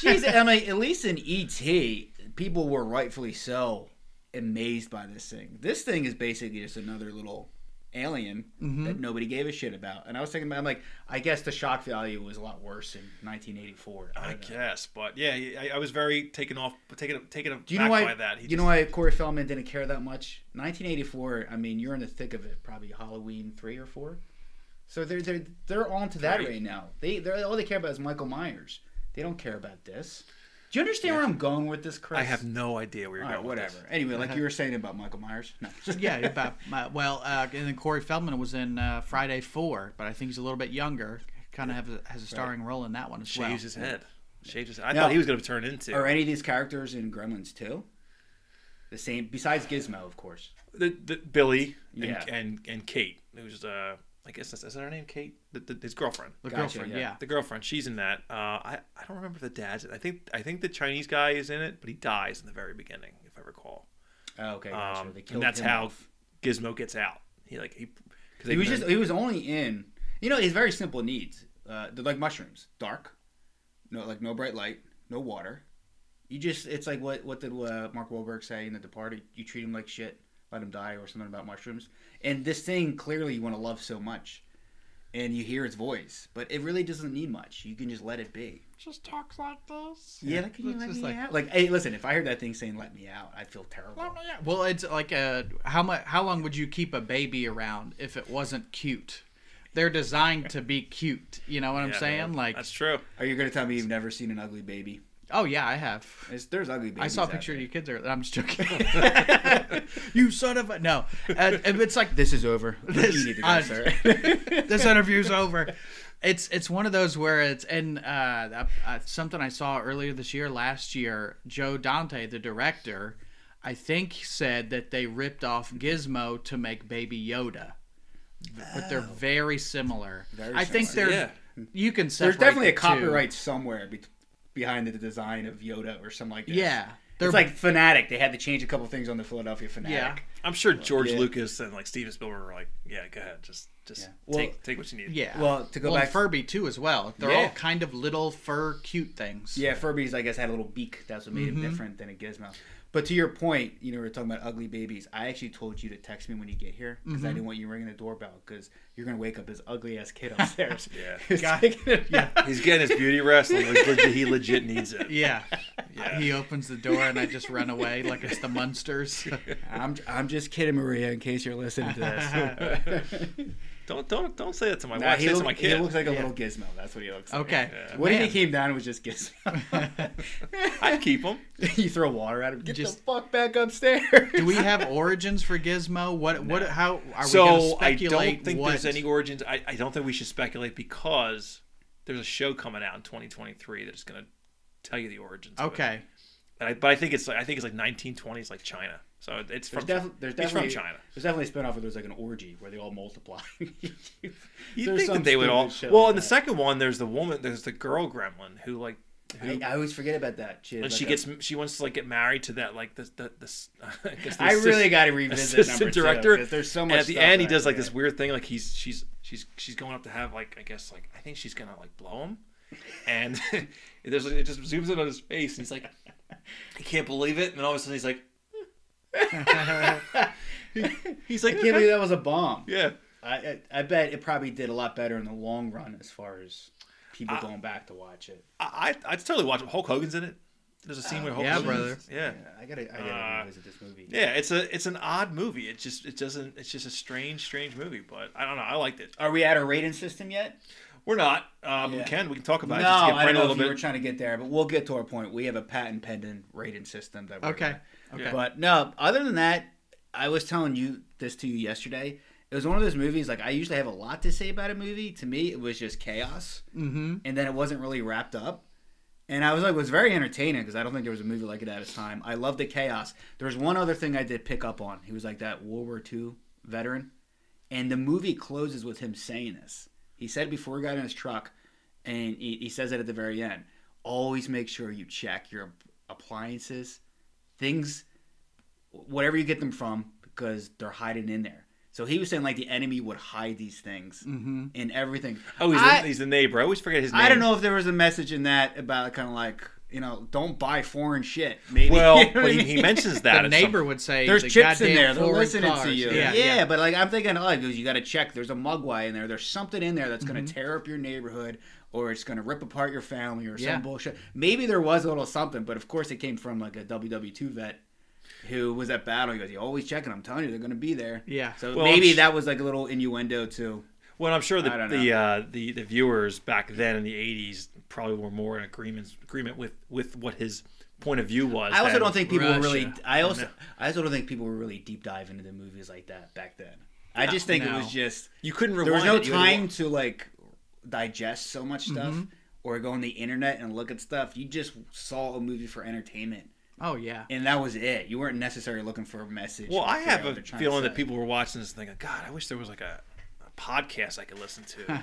[LAUGHS] Jeez, I mean, at least in ET, people were rightfully so amazed by this thing. This thing is basically just another little alien
Mm-hmm.
that nobody gave a shit about. And I was thinking, about, I'm like, I guess the shock value was a lot worse in 1984. I
I
don't know.
guess, but yeah, I, I was very taken off, taken taken
Do you know
aback
why?
by that. He
you
just-
know why Corey Feldman didn't care that much? 1984. I mean, you're in the thick of it. Probably Halloween three or four. So they're they're they're on to that
Right.
right, now. They they're all they care about is Michael Myers. They don't care about this. Do you understand where I'm going with this, Chris?
I have no idea where you're
All
going.
right,
with
whatever.
this.
Anyway, like you were saying about Michael Myers. No. [LAUGHS]
yeah, about my, well, uh, and then Corey Feldman was in uh, Friday Four, but I think he's a little bit younger. Kind of have a, has a starring role in that one as well.
Shaves his head. Shaves his. I
No.
thought he was going to turn into.
Are any of these characters in Gremlins too? The same, besides Gizmo, of course.
the, the Billy and,
Yeah.
and and Kate, who's uh, I guess is, is that her name Kate? The, the, his girlfriend.
The
Gotcha,
girlfriend,
yeah.
yeah.
The girlfriend. She's in that. Uh, I I don't remember if the dad's. in- I think I think the Chinese guy is in it, but he dies in the very beginning, if I recall.
Oh, okay, gotcha.
Um,
They killed
and that's
him
how
off.
Gizmo gets out. He like he. Cause they
He was just
learned-
he was only in you know his very simple needs. Uh, they're like mushrooms, dark, no like no bright light, no water. You just it's like what what did uh, Mark Wahlberg say in The Departed? You treat him like shit, let him die, or something about mushrooms. And this thing clearly you want to love so much, and you hear its voice, but it really doesn't need much. You can just let it be.
just talks like this.
Yeah, like, can you
it's
let me
just like-
out? Like hey, listen, if I heard that thing saying "let me out," I'd feel terrible.
Let me out.
Well, it's like uh how much how long would you keep a baby around if it wasn't cute? They're designed to be cute. You know what I'm
yeah,
saying? Like,
that's true.
Are you gonna tell me you've never seen an ugly baby?
oh yeah, I have.
It's, there's ugly babies.
I saw a
out
picture of
there.
your kids. Earlier. I'm
[LAUGHS]
just joking. [LAUGHS] you son of a no. And, and it's like
[LAUGHS] This is over.
This-
you need to go,
I-
[LAUGHS] sir.
this interview's over. It's it's one of those where it's and uh, uh, something I saw earlier this year, last year. Joe Dante, the director, I think said that they ripped off Gizmo to make Baby Yoda, but they're very similar.
Oh. Very
I think
similar.
they're you can
There's
separate
definitely a
the two.
copyright somewhere be- behind the design of Yoda or something like that.
Yeah, they're
It's like Fanatic. They had to change a couple things on the Philadelphia Fanatic.
yeah.
I'm sure George
Yeah.
Lucas and like Steven Spielberg were like, yeah, go ahead, just just
Yeah. Well-
take take what you need.
Yeah.
Well, to go
Well, and
back-
Furby too as well. They're all
Yeah.
kind of little fur cute things.
Yeah, Furby's, I guess, had a little beak. That's what made
Mm-hmm.
him different than a Gizmo. But to your point, you know, we were talking about ugly babies. I actually told you to text me when you get here
Mm-hmm.
because I didn't want you ringing the doorbell because you're going to wake up this ugly ass kid
[LAUGHS]
upstairs.
Yeah.
It's [LAUGHS] like-
He's getting his beauty rest.
[LAUGHS]
and, Like, legit, he legit needs it.
Yeah.
Yeah.
He opens the door and I just run away like it's the Munsters. [LAUGHS]
I'm, I'm just kidding, Maria, in case you're listening to this.
[LAUGHS]
[LAUGHS]
Don't don't don't say that to my
Nah,
wife. Say
he,
that to
look-
my
he
kid.
looks like a little gizmo. That's what he looks like.
Okay.
What
Man.
if he came down and was just
[LAUGHS]
Gizmo?
I'd keep him.
[LAUGHS] you throw water at him. Get
Just-
the fuck back upstairs.
Do we have origins for Gizmo? What what how are we gonna
so I
speculate
don't think
what
there's any origins. I, I don't think we should speculate because there's a show coming out in 2023 that's going to tell you the origins. of it.
Okay.
And I, but I think it's like I think it's like 1920s, like China. So it's from
[LAUGHS] There's, defi- there's
it's
definitely
from China.
There's definitely a spinoff where there's like an orgy where they all multiply. [LAUGHS]
You
There's
would think
some
that they would all?
stupid shit
Well,
like
in the
that.
second one, there's the woman, there's the girl gremlin who like, who,
I, I always forget about that. She has,
and
like,
she
a-
gets she wants to like get married to that like this the [LAUGHS] this. I, guess the
uh, I really
assist-
got to revisit number
assistant
two,
director.
'cause there's so much.
and at the
stuff
end, he
that I
does like this
forget.
weird thing. Like he's she's she's she's going up to have like I guess like I think she's gonna like blow him, and [LAUGHS] there's it just zooms in on his face, and he's like, he can't believe it, and then all of a sudden he's like, [LAUGHS] he's like,
I can't believe that was a bomb.
yeah.
I, I I bet it probably did a lot better in the long run as far as people
Ah.
going back to watch it.
I I- I'd totally watch it. Hulk Hogan's in it. There's a
Oh,
scene where Hulk
yeah,
Hogan's-
brother.
Yeah,
Yeah.
I gotta I gotta
Uh,
revisit this movie.
Yeah, it's a it's an odd movie. It just it doesn't it's just a strange strange movie, but I don't know. I liked it.
Are we at a rating system yet?
We're not, uh, but we
Yeah.
can we can talk
No,
about it. Just get
I don't
Brent a
know if
little
you were
bit.
trying to get there, but we'll get to our point. We have a patent pending rating system that we're
Okay.
gonna-
Okay.
But no, other than that, I was telling you this to you yesterday. It was one of those movies. Like I usually have a lot to say about a movie. To me, it was just chaos, mm-hmm. and then it wasn't really wrapped up. And I was like, it was very entertaining because I don't think there was a movie like it at its time. I loved the chaos. There was one other thing I did pick up on. He was like that World War II veteran, and the movie closes with him saying this. He said it before he got in his truck, and he, he says it at the very end. Always make sure you check your appliances, things whatever you get them from because they're hiding in there. So he was saying like the enemy would hide these things in everything.
Mm-hmm. Oh, he's,
I,
the, he's the neighbor. I always forget his name.
I don't know [LAUGHS] if there was a message in that about kind of like you know don't buy foreign shit. Maybe [LAUGHS]
Well,
You know what
but
I
he, he
mean?
mentions
The
that. at some-
neighbor would say
There's
the
chips in
goddamn
there. They're
foreign
listening to
cars.
you.
Yeah,
Yeah, but like I'm thinking, oh, you got to check. There's a mugwai in there. There's something in there that's going to
Mm-hmm.
tear up your neighborhood, or it's going to rip apart your family, or
Yeah.
some bullshit. Maybe there was a little something, but of course it came from like a WW2 vet who was at battle. He goes, "You always checking. I'm telling you, they're going to be there."
Yeah.
So
Well,
maybe
I'm sh-
that was like a little innuendo too.
Well, I'm sure
I
the
don't
the,
know.
uh, the the viewers back then in the '80s probably were more in agreement agreement with with what his point of view was.
I also
than-
don't think people were really.
Russia.
I also, I also don't think people were really deep diving into movies like that back then. I just think it
no.
was just
you couldn't rewind.
there was no
it. You had to
time to like digest so much stuff or go on the internet and look at stuff. You just saw a movie for entertainment,
Oh yeah.
and that was it. You weren't necessarily looking for a message.
Well,
or
I
figure out
have
what
a
they're trying to
feeling
say.
that people were watching this thinking, God, I wish there was like a, a podcast I could
[LAUGHS]
listen to.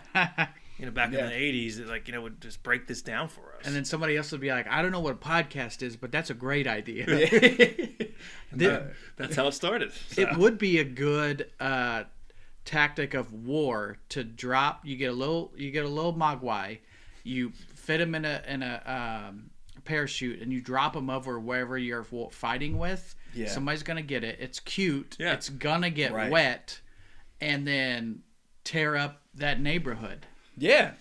you know, back
Yeah.
in the '80s, it, like you know, would just break this down for us.
And then somebody else would be like, I don't know what a podcast is, but that's a great idea. [LAUGHS] Th-
Uh,
that's how
[LAUGHS]
it started.
it would be a good uh, tactic of war to drop. You get a little, you get a little mogwai, you fit him in a in a um, parachute, and you drop him over wherever you're wa- fighting with.
Yeah.
Somebody's gonna get it. It's cute.
Yeah.
It's gonna get
Right.
wet, and then tear up that neighborhood.
[LAUGHS] yeah,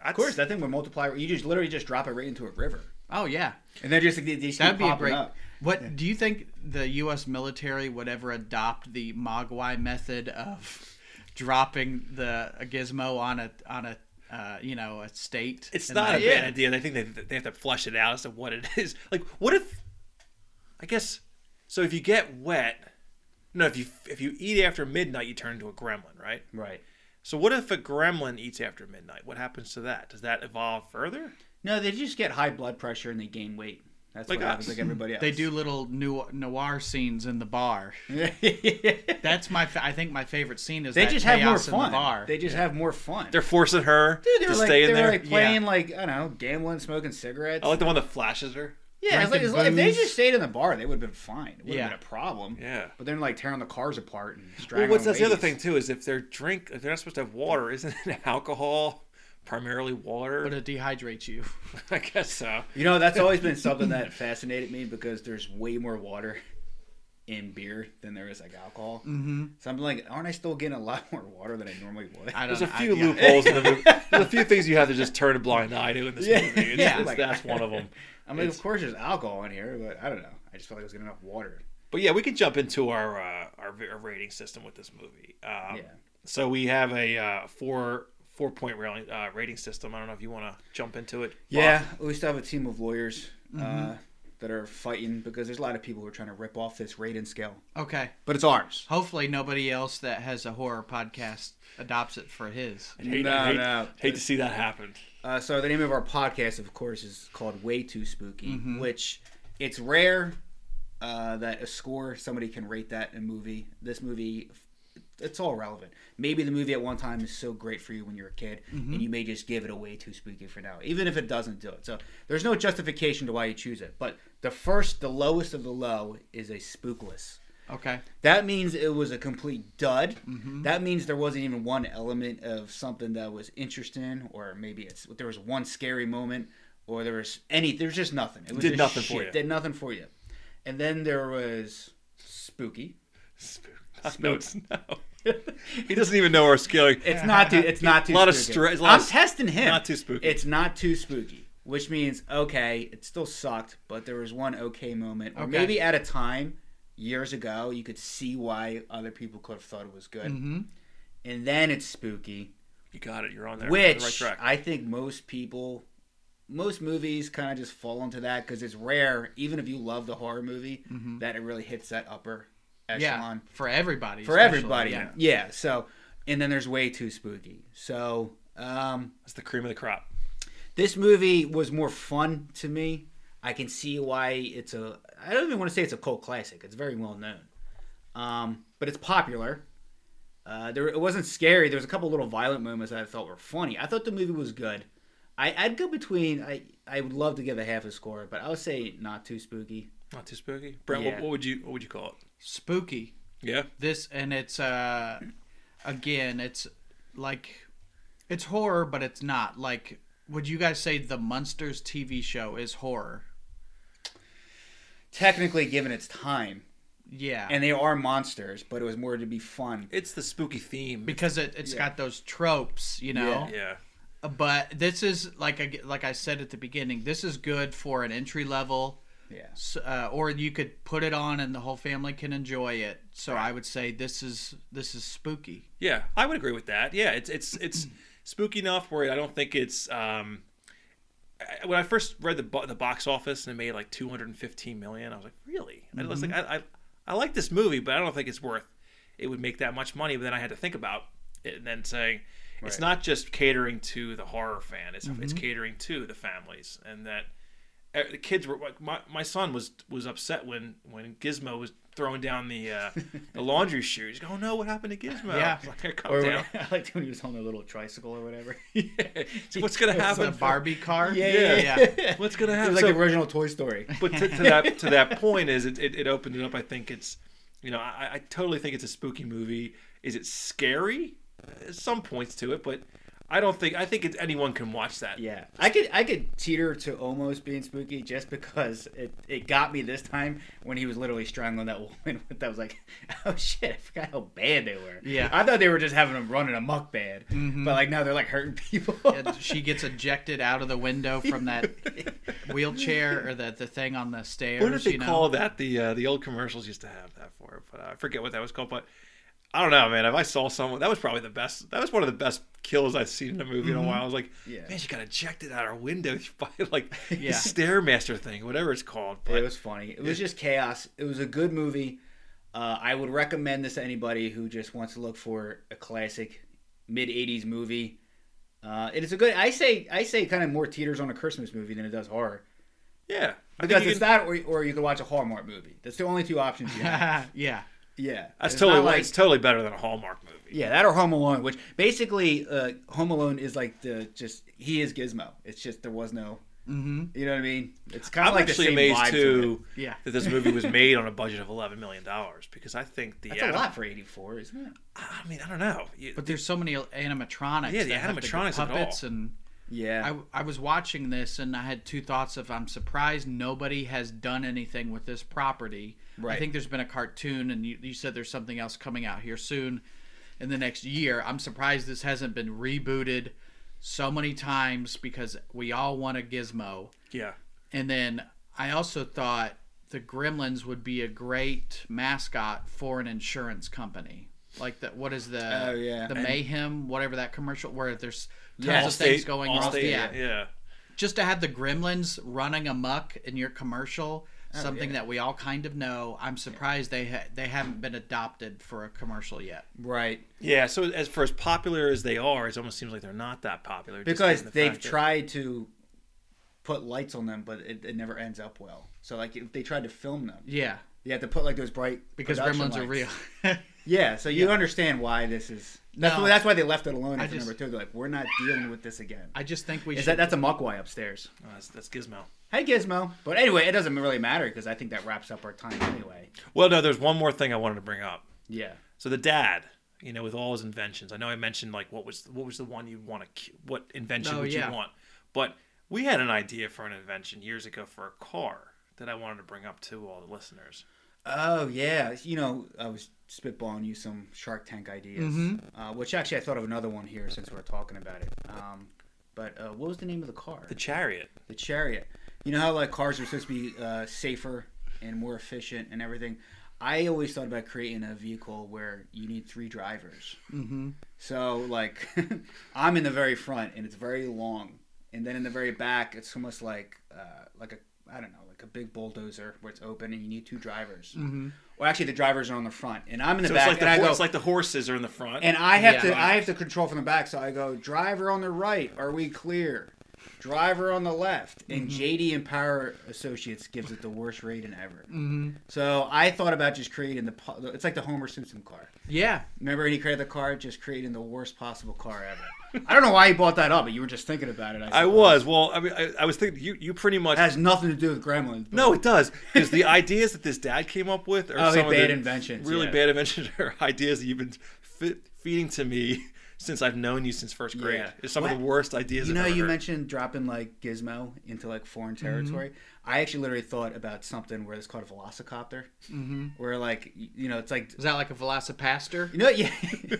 of
of course. That thing would multiply. You just literally just drop it right into a river,
Oh yeah,
and they're just like, they just
that'd
keep
be a
popping
great.
up.
What do you think the U.S. military would ever adopt the Mogwai method of dropping the a gizmo on a on a uh, you know a state?
It's
and
not a
then-
bad idea. and I think they they have to flush it out as to what it [LAUGHS] is. Like, what if? I guess so. If you get wet, no. If you if you eat after midnight, you turn into a gremlin, right?
Right.
So what if a gremlin eats after midnight? What happens to that? Does that evolve further?
No, they just get high blood pressure and they gain weight. That's
Like
what happens.
us.
Like everybody else,
They do little nu- noir scenes in the bar.
[LAUGHS] they
That's my fa- I think my favorite scene is that
just have more
chaos in
fun.
the bar.
They just have more fun.
They're forcing her
Dude, they
to
were like,
stay
they
in
were
there.
like playing like I don't know, gambling, smoking cigarettes.
I like the one that flashes her.
Yeah, it's like,
Drinking
it's like- if they
booze.
just stayed in the bar, they would have been fine. It would have
Yeah.
been a problem.
Yeah.
But then like tearing the cars apart and
Well,
straggling.
what's that's the other thing
ladies.
too is if they're drink if they're not supposed to have water, isn't it [LAUGHS] alcohol primarily water?
but it dehydrates you.
[LAUGHS] I guess so.
You know, that's always
[LAUGHS]
been something that fascinated me because there's way more water in beer than there is like alcohol. Mm-hmm. So I'm like, aren't I still getting a lot [LAUGHS] more water than I normally would?
I don't.
There's a
know, I-
few
yeah.
loopholes in the
[LAUGHS]
movie. There's a few things you have to just turn a blind eye to in this
Yeah.
movie.
[LAUGHS]
It's,
Yeah.
it's-
Like-
that's one of them.
I mean, of course there's alcohol in here, but I don't know. I just felt like I was getting enough water.
But yeah, we can jump into our uh, our, our rating system with this movie. Um,
Yeah.
So we have a uh, four four point rating, uh, rating system. I don't know if you want to jump into it.
Yeah, we still have a team of lawyers uh, that are fighting because there's a lot of people who are trying to rip off this rating scale,
Okay.
but it's ours.
Hopefully nobody else that has a horror podcast adopts it for his.
I hate,
No,
I hate,
no.
hate to see that happen.
Uh, so the name of our podcast, of course, is called "Way Too Spooky," which it's rare uh, that a score somebody can rate that in a movie. This movie, it's all relevant. Maybe the movie at one time is so great for you when you're a kid, and you may just give it a way too spooky for now, even if it doesn't do it. So there's no justification to why you choose it. But the first, the lowest of the low, is a spookless.
Okay.
That means it was a complete dud.
Mm-hmm.
That means there wasn't even one element of something that was interesting, or maybe it's there was one scary moment, or there was any. There was just nothing. It was
Did
just
nothing for
shit.
you.
Did nothing for you. And then there was spooky.
Spook. No, it's no. [LAUGHS] he doesn't even know our scale.
It's not too. It's not too.
[LAUGHS] A lot of
spooky.
stra- a lot
I'm
of-
testing him.
not too spooky.
It's not too spooky, which means okay, it still sucked, but there was one okay moment, or
Okay.
maybe at a time years ago, you could see why other people could have thought it was good.
Mm-hmm.
Mm-hmm.
And then it's spooky,
You got it. You're on there. You're on the right
which
track.
I think most people. Most movies kind of just fall into that because it's rare, even if you love the horror movie, that it really hits that upper
Yeah.
echelon
For everybody.
for
especially,
everybody.
yeah.
Yeah. So, and then there's way too spooky. So, um,
That's the cream of the crop.
this movie was more fun to me. I can see why it's a. I don't even want to say it's a cult classic. It's very well known, um, but it's popular. Uh, there, it wasn't scary. There was a couple little violent moments that I thought were funny. I thought the movie was good. I, I'd go between. I I would love to give a half a score, but I would say not too spooky.
Not too spooky. Brent,
Yeah.
what, what would you what would you call it?
Spooky.
Yeah.
This and it's uh again, it's like it's horror, but it's not. Like would you guys say the Munsters TV show is horror?
Technically, given its time,
Yeah.
and they are monsters, but it was more to be fun.
It's the spooky theme.
because it, it's got those tropes, you know.
Yeah.
yeah.
But this is like I like I said at the beginning. This is good for an entry level,
Yeah.
s- uh, or you could put it on and the whole family can enjoy it. So I would say this is this is spooky.
Yeah, I would agree with that. Yeah, it's it's it's [CLEARS THROAT] spooky enough where I don't think it's. Um, I- when I first read the bo- the box office and it made like 215 million, I was like, really? I was
Mm-hmm.
like, I, I I like this movie, but I don't think it's worth. It would make that much money, but then I had to think about it and then saying, it's not just catering to the horror fan; it's
Mm-hmm.
it's catering to the families and that. eh, The kids were like my, my son was was upset when when Gizmo was throwing down the
[LAUGHS]
uh, the laundry chute. He's going, "Oh no, what happened to Gizmo?" [LAUGHS]
Yeah.
It's like, "Calm
Or when,
[LAUGHS]
down."
I liked when he was on the little tricycle or whatever.
So what's gonna
Is it
happen?
a Barbie car?
yeah,
yeah. [LAUGHS]
What's gonna
It
happen?
was like
So-
the original Toy Story.
but to, to that to that point is it, it, it opened it up. I think it's you know I, I totally think it's a spooky movie. Is it scary? Uh, Some points to it, but I don't think I think it, anyone can watch
[LAUGHS]
that.
Yeah, I could I could teeter to almost being spooky just because it, it got me this time when he was literally strangling that [LAUGHS] woman. That was like, oh shit, I forgot how bad they were.
Yeah.
I thought they were just having him running amok bad, but like now they're like hurting people. [LAUGHS]
And she gets ejected out of the window from that
[LAUGHS]
wheelchair or the, the thing on the stairs.
What did they
you know?
call that? The uh, the old commercials used to have that for, it, but I forget what that was called. But I don't know, man. If I saw someone, that was probably the best. That was one of the best kills I've seen in a movie in a while. I was like,
Mm-hmm. Yeah.
man, she got ejected out her window [LAUGHS] by
[LAUGHS]
like the
Yeah.
stairmaster thing, whatever it's called. But
it was funny. It was just chaos. It was a good movie. Uh, I would recommend this to anybody who just wants to look for a classic mid '80s movie. Uh, it is a good. I say I say kind of more teeters on a Christmas movie than it does horror.
yeah, I think
Because
you
it's
can-
that, or, or you could watch a Hallmark movie. That's the only two options you
[LAUGHS]
have.
yeah.
yeah,
That's
It's
totally
not like
it's totally better than a Hallmark movie.
yeah, that or Home Alone, which basically uh, Home Alone is like the just he is Gizmo. It's just there was no,
Mm-hmm.
you know what I mean? It's kind
I'm
of like
actually
the same
amazed
vibe To it.
too
Yeah.
that this movie was made on a budget of 11 million dollars because I think the
That's a lot for '84, isn't it?
I mean I don't know. You-
But there's so many animatronics.
Yeah, the
that have to go-
animatronics of it all.
puppets and
Yeah,
I, I was watching this and I had two thoughts of I'm surprised nobody has done anything with this property. I
Right.
think there's been a cartoon and you, you said there's something else coming out here soon in the next year. I'm surprised this hasn't been rebooted so many times because we all want a gizmo.
yeah.
And then I also thought the Gremlins would be a great mascot for an insurance company. Like that, what is the
Oh, yeah.
the
And-
mayhem, whatever that commercial where there's tons
Yeah,
of things
Allstate-
going wrong.
Allstate,
yeah.
yeah.
just to have the Gremlins running amok in your commercial,
Oh,
something that we all kind of know. I'm surprised they ha- they haven't been adopted for a commercial yet.
right.
Yeah, so as for as popular as they are, it almost seems like they're not that popular just
Because
given the
they've
fact that-
tried to put lights on them, but it, it never ends up well. So like if they tried to film them,
Yeah,
you have to put like those bright
because
production
Gremlins
lights.
are real. [LAUGHS]
Yeah, so you understand why this is. That's,
No.
why, that's why they left it alone
I
after
just-
number two. They're like, we're not dealing with this again.
I just think we
Is
should.
that that's a muckwai upstairs?
Oh, that's, that's Gizmo.
Hey Gizmo. But anyway, it doesn't really matter because I think that wraps up our time anyway.
Well, no, there's one more thing I wanted to bring up.
Yeah.
So the dad, you know, with all his inventions. I know I mentioned like what was what was the one you'd want to what invention
Oh,
would
yeah.
you want? But we had an idea for an invention years ago for a car that I wanted to bring up to all the listeners.
Oh yeah. You know, I was spitballing you some Shark Tank ideas, uh, which actually I thought of another one here since we we're talking about it. Um, but uh, what was the name of the car?
The chariot.
the chariot. You know how like cars are supposed to be uh, safer and more efficient and everything. I always thought about creating a vehicle where you need three drivers. Mm-hmm. So like, [LAUGHS] I'm in the very front and it's very long, and then in the very back it's almost like uh, like a I don't know like a big bulldozer where it's open and you need two drivers. Mm-hmm. Well, actually the drivers are on the front and I'm in the
So
back
it's like the
and I
hor-
go
it's like the horses are in the front.
and I have
Yeah.
to I have to control from the back. So I go driver on the right. Are we clear? Driver on the left, and JD and Power Associates gives it the worst rating ever.
Mm-hmm.
So I thought about just creating the. po- It's like the Homer Simpson car.
Yeah.
Remember when he created the car, just creating the worst possible car ever. I don't know why you brought that up, but you were just thinking about it.
I
suppose.
was. Well, I mean, I, I was thinking you. You pretty much.
It has nothing to do with Gremlins. but-
no, it does because the ideas that this dad came up with are
Oh, he
some of
bad
the
inventions,
Really
yeah.
bad inventions are [LAUGHS] ideas that you've been fi- feeding to me since I've known you since first grade.
Yeah.
It's some of
What-
the worst ideas.
You
I've
know,
ever
you
heard.
mentioned dropping like Gizmo into like foreign
Mm-hmm.
territory. I actually literally thought about something where it's called a velocicopter, mm-hmm. where like y- you know it's like
Is that like a
[LAUGHS]
Velocipaster?
you know yeah,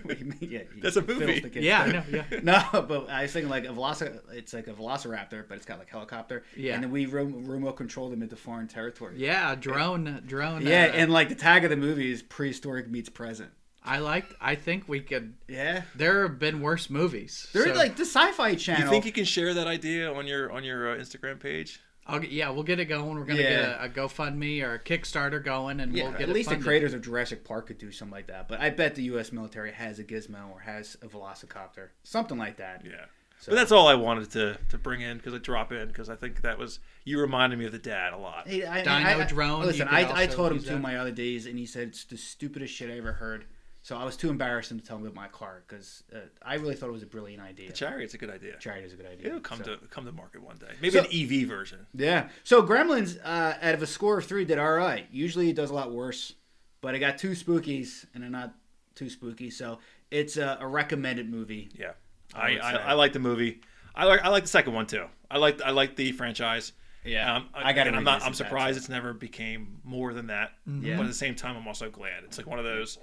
What do you mean? yeah he
That's a
fiddles
movie.
the kids.
Yeah, I know. Yeah.
[LAUGHS] No, but I was thinking like a veloci. It's like a velociraptor, but it's got like helicopter.
Yeah.
and then we rom- remote control them into foreign territory.
Yeah, a drone, drone.
yeah,
uh,
and like the tag of the movie is prehistoric meets present.
I liked. I think we could.
Yeah,
There have been worse movies.
they're
so
like the Sci-Fi Channel.
You think you can share that idea on your on your uh, Instagram page?
I'll get- yeah, we'll get it going. We're gonna
Yeah.
get a, a GoFundMe or a Kickstarter going, and
Yeah,
we'll get
at
it
least the
funded.
creators of Jurassic Park could do something like that. But I bet the U.S. military has a gizmo or has a velocicopter, something like that.
Yeah.
So-
But that's all I wanted to to bring in because I drop in because I think that was you reminded me of the dad a lot.
Hey, I,
Dino drone, you
Listen,
could
I, I
also
told him
use
to
that.
my other days, and he said it's the stupidest shit I ever heard. So I was too embarrassed him to tell him about my car because uh, I really thought it was a brilliant idea.
The chariot's a good idea.
Chariot is a good idea.
It'll come
so.
to come to market one day. Maybe
So-
an EV version.
Yeah. So Gremlins, uh, out of a score of three, did all right. Usually it does a lot worse, but it got two spookies, and they're not too spooky. So it's a, a recommended movie.
Yeah,
I
I
would
I,
say.
I like the movie. I like I like the second one too. I like I like the franchise.
Yeah.
um,
I gotta
and I'm not.
revisit
I'm
that, Mm-hmm.
surprised it's never became more than that.
Yeah.
But at the same time, I'm also glad. It's like one of those.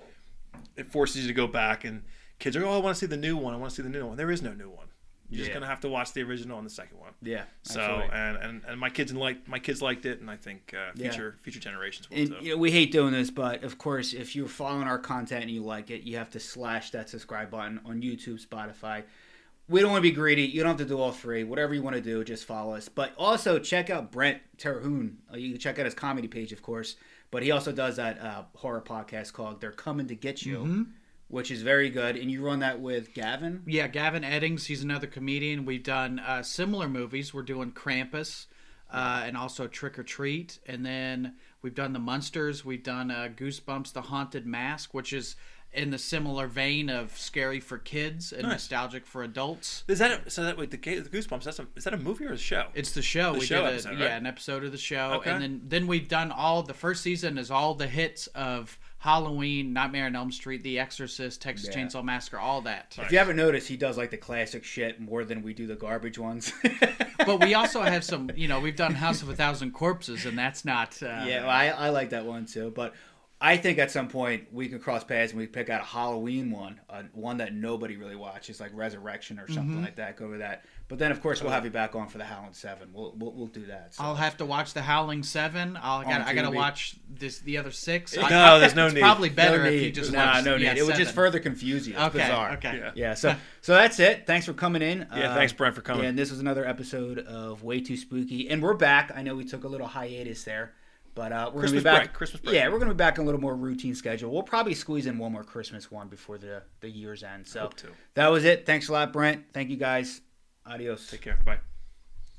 It forces you to go back, and kids are, oh, I want to see the new one. I want to see the new one. There is no new one. You're just
Yeah.
gonna have to watch the original and the second one.
Yeah.
So
absolutely.
and, and and my kids like my kids liked it, and I think uh,
Yeah.
future future generations will
And,
too.
you know, we hate doing this, but of course, if you're following our content and you like it, you have to slash that subscribe button on YouTube, Spotify. We don't want to be greedy. You don't have to do all three. Whatever you want to do, just follow us. But also check out Brent Terhune. Uh, You can check out his comedy page, of course. But he also does that uh, horror podcast called "They're Coming to Get You," which is very good. And you run that with Gavin.
Yeah, Gavin Eddings, he's another comedian. We've done uh, similar movies. We're doing Krampus uh, and also Trick or Treat. And then we've done The Munsters. We've done uh, Goosebumps, The Haunted Mask, which is in the similar vein of scary for kids and
Nice.
nostalgic for adults.
Is that a, so? That wait, the, Ga- the Goosebumps. That's a, is that a movie or a show?
It's the show.
The
we
show
did a,
episode, right?
yeah, an episode of the show.
Okay.
And then then we've done all the first season is all the hits of Halloween, Nightmare on Elm Street, The Exorcist, Texas
Yeah.
Chainsaw Massacre, all that.
If you haven't noticed, he does like the classic shit more than we do the garbage ones.
[LAUGHS]
[LAUGHS]
but we also have some, you know, we've done House of a Thousand Corpses, and that's not. Uh,
Yeah, well, I, I like that one too. But I think at some point we can cross paths and we pick out a Halloween one, uh, one that nobody really watches, like Resurrection or something like that. Go with that. But then, of course, we'll have you back on for the Howlin' Seven. We'll we'll, we'll do that. So.
I'll have to watch The Howling Seven. I'll got, I gotta
TV.
watch this the other six.
No,
I-
there's no
it's
need.
Probably better
no
if
need.
you just
nah,
watch.
no need.
yeah,
it would just
seven.
further confuse you. It's
Okay.
bizarre.
Okay.
Yeah.
Yeah. So so that's it. Thanks for coming in.
Yeah, thanks, Brent, for coming.
Yeah, and this was another episode of Way Too Spooky, and we're back. I know we took a little hiatus there. But uh, we're
Christmas
gonna be back.
break, Christmas break.
Yeah, we're gonna be back on a little more routine schedule. We'll probably squeeze in one more Christmas one before the the year's end. So
Hope to.
that was it. Thanks a lot, Brent. Thank you guys. Adios.
Take care. Bye.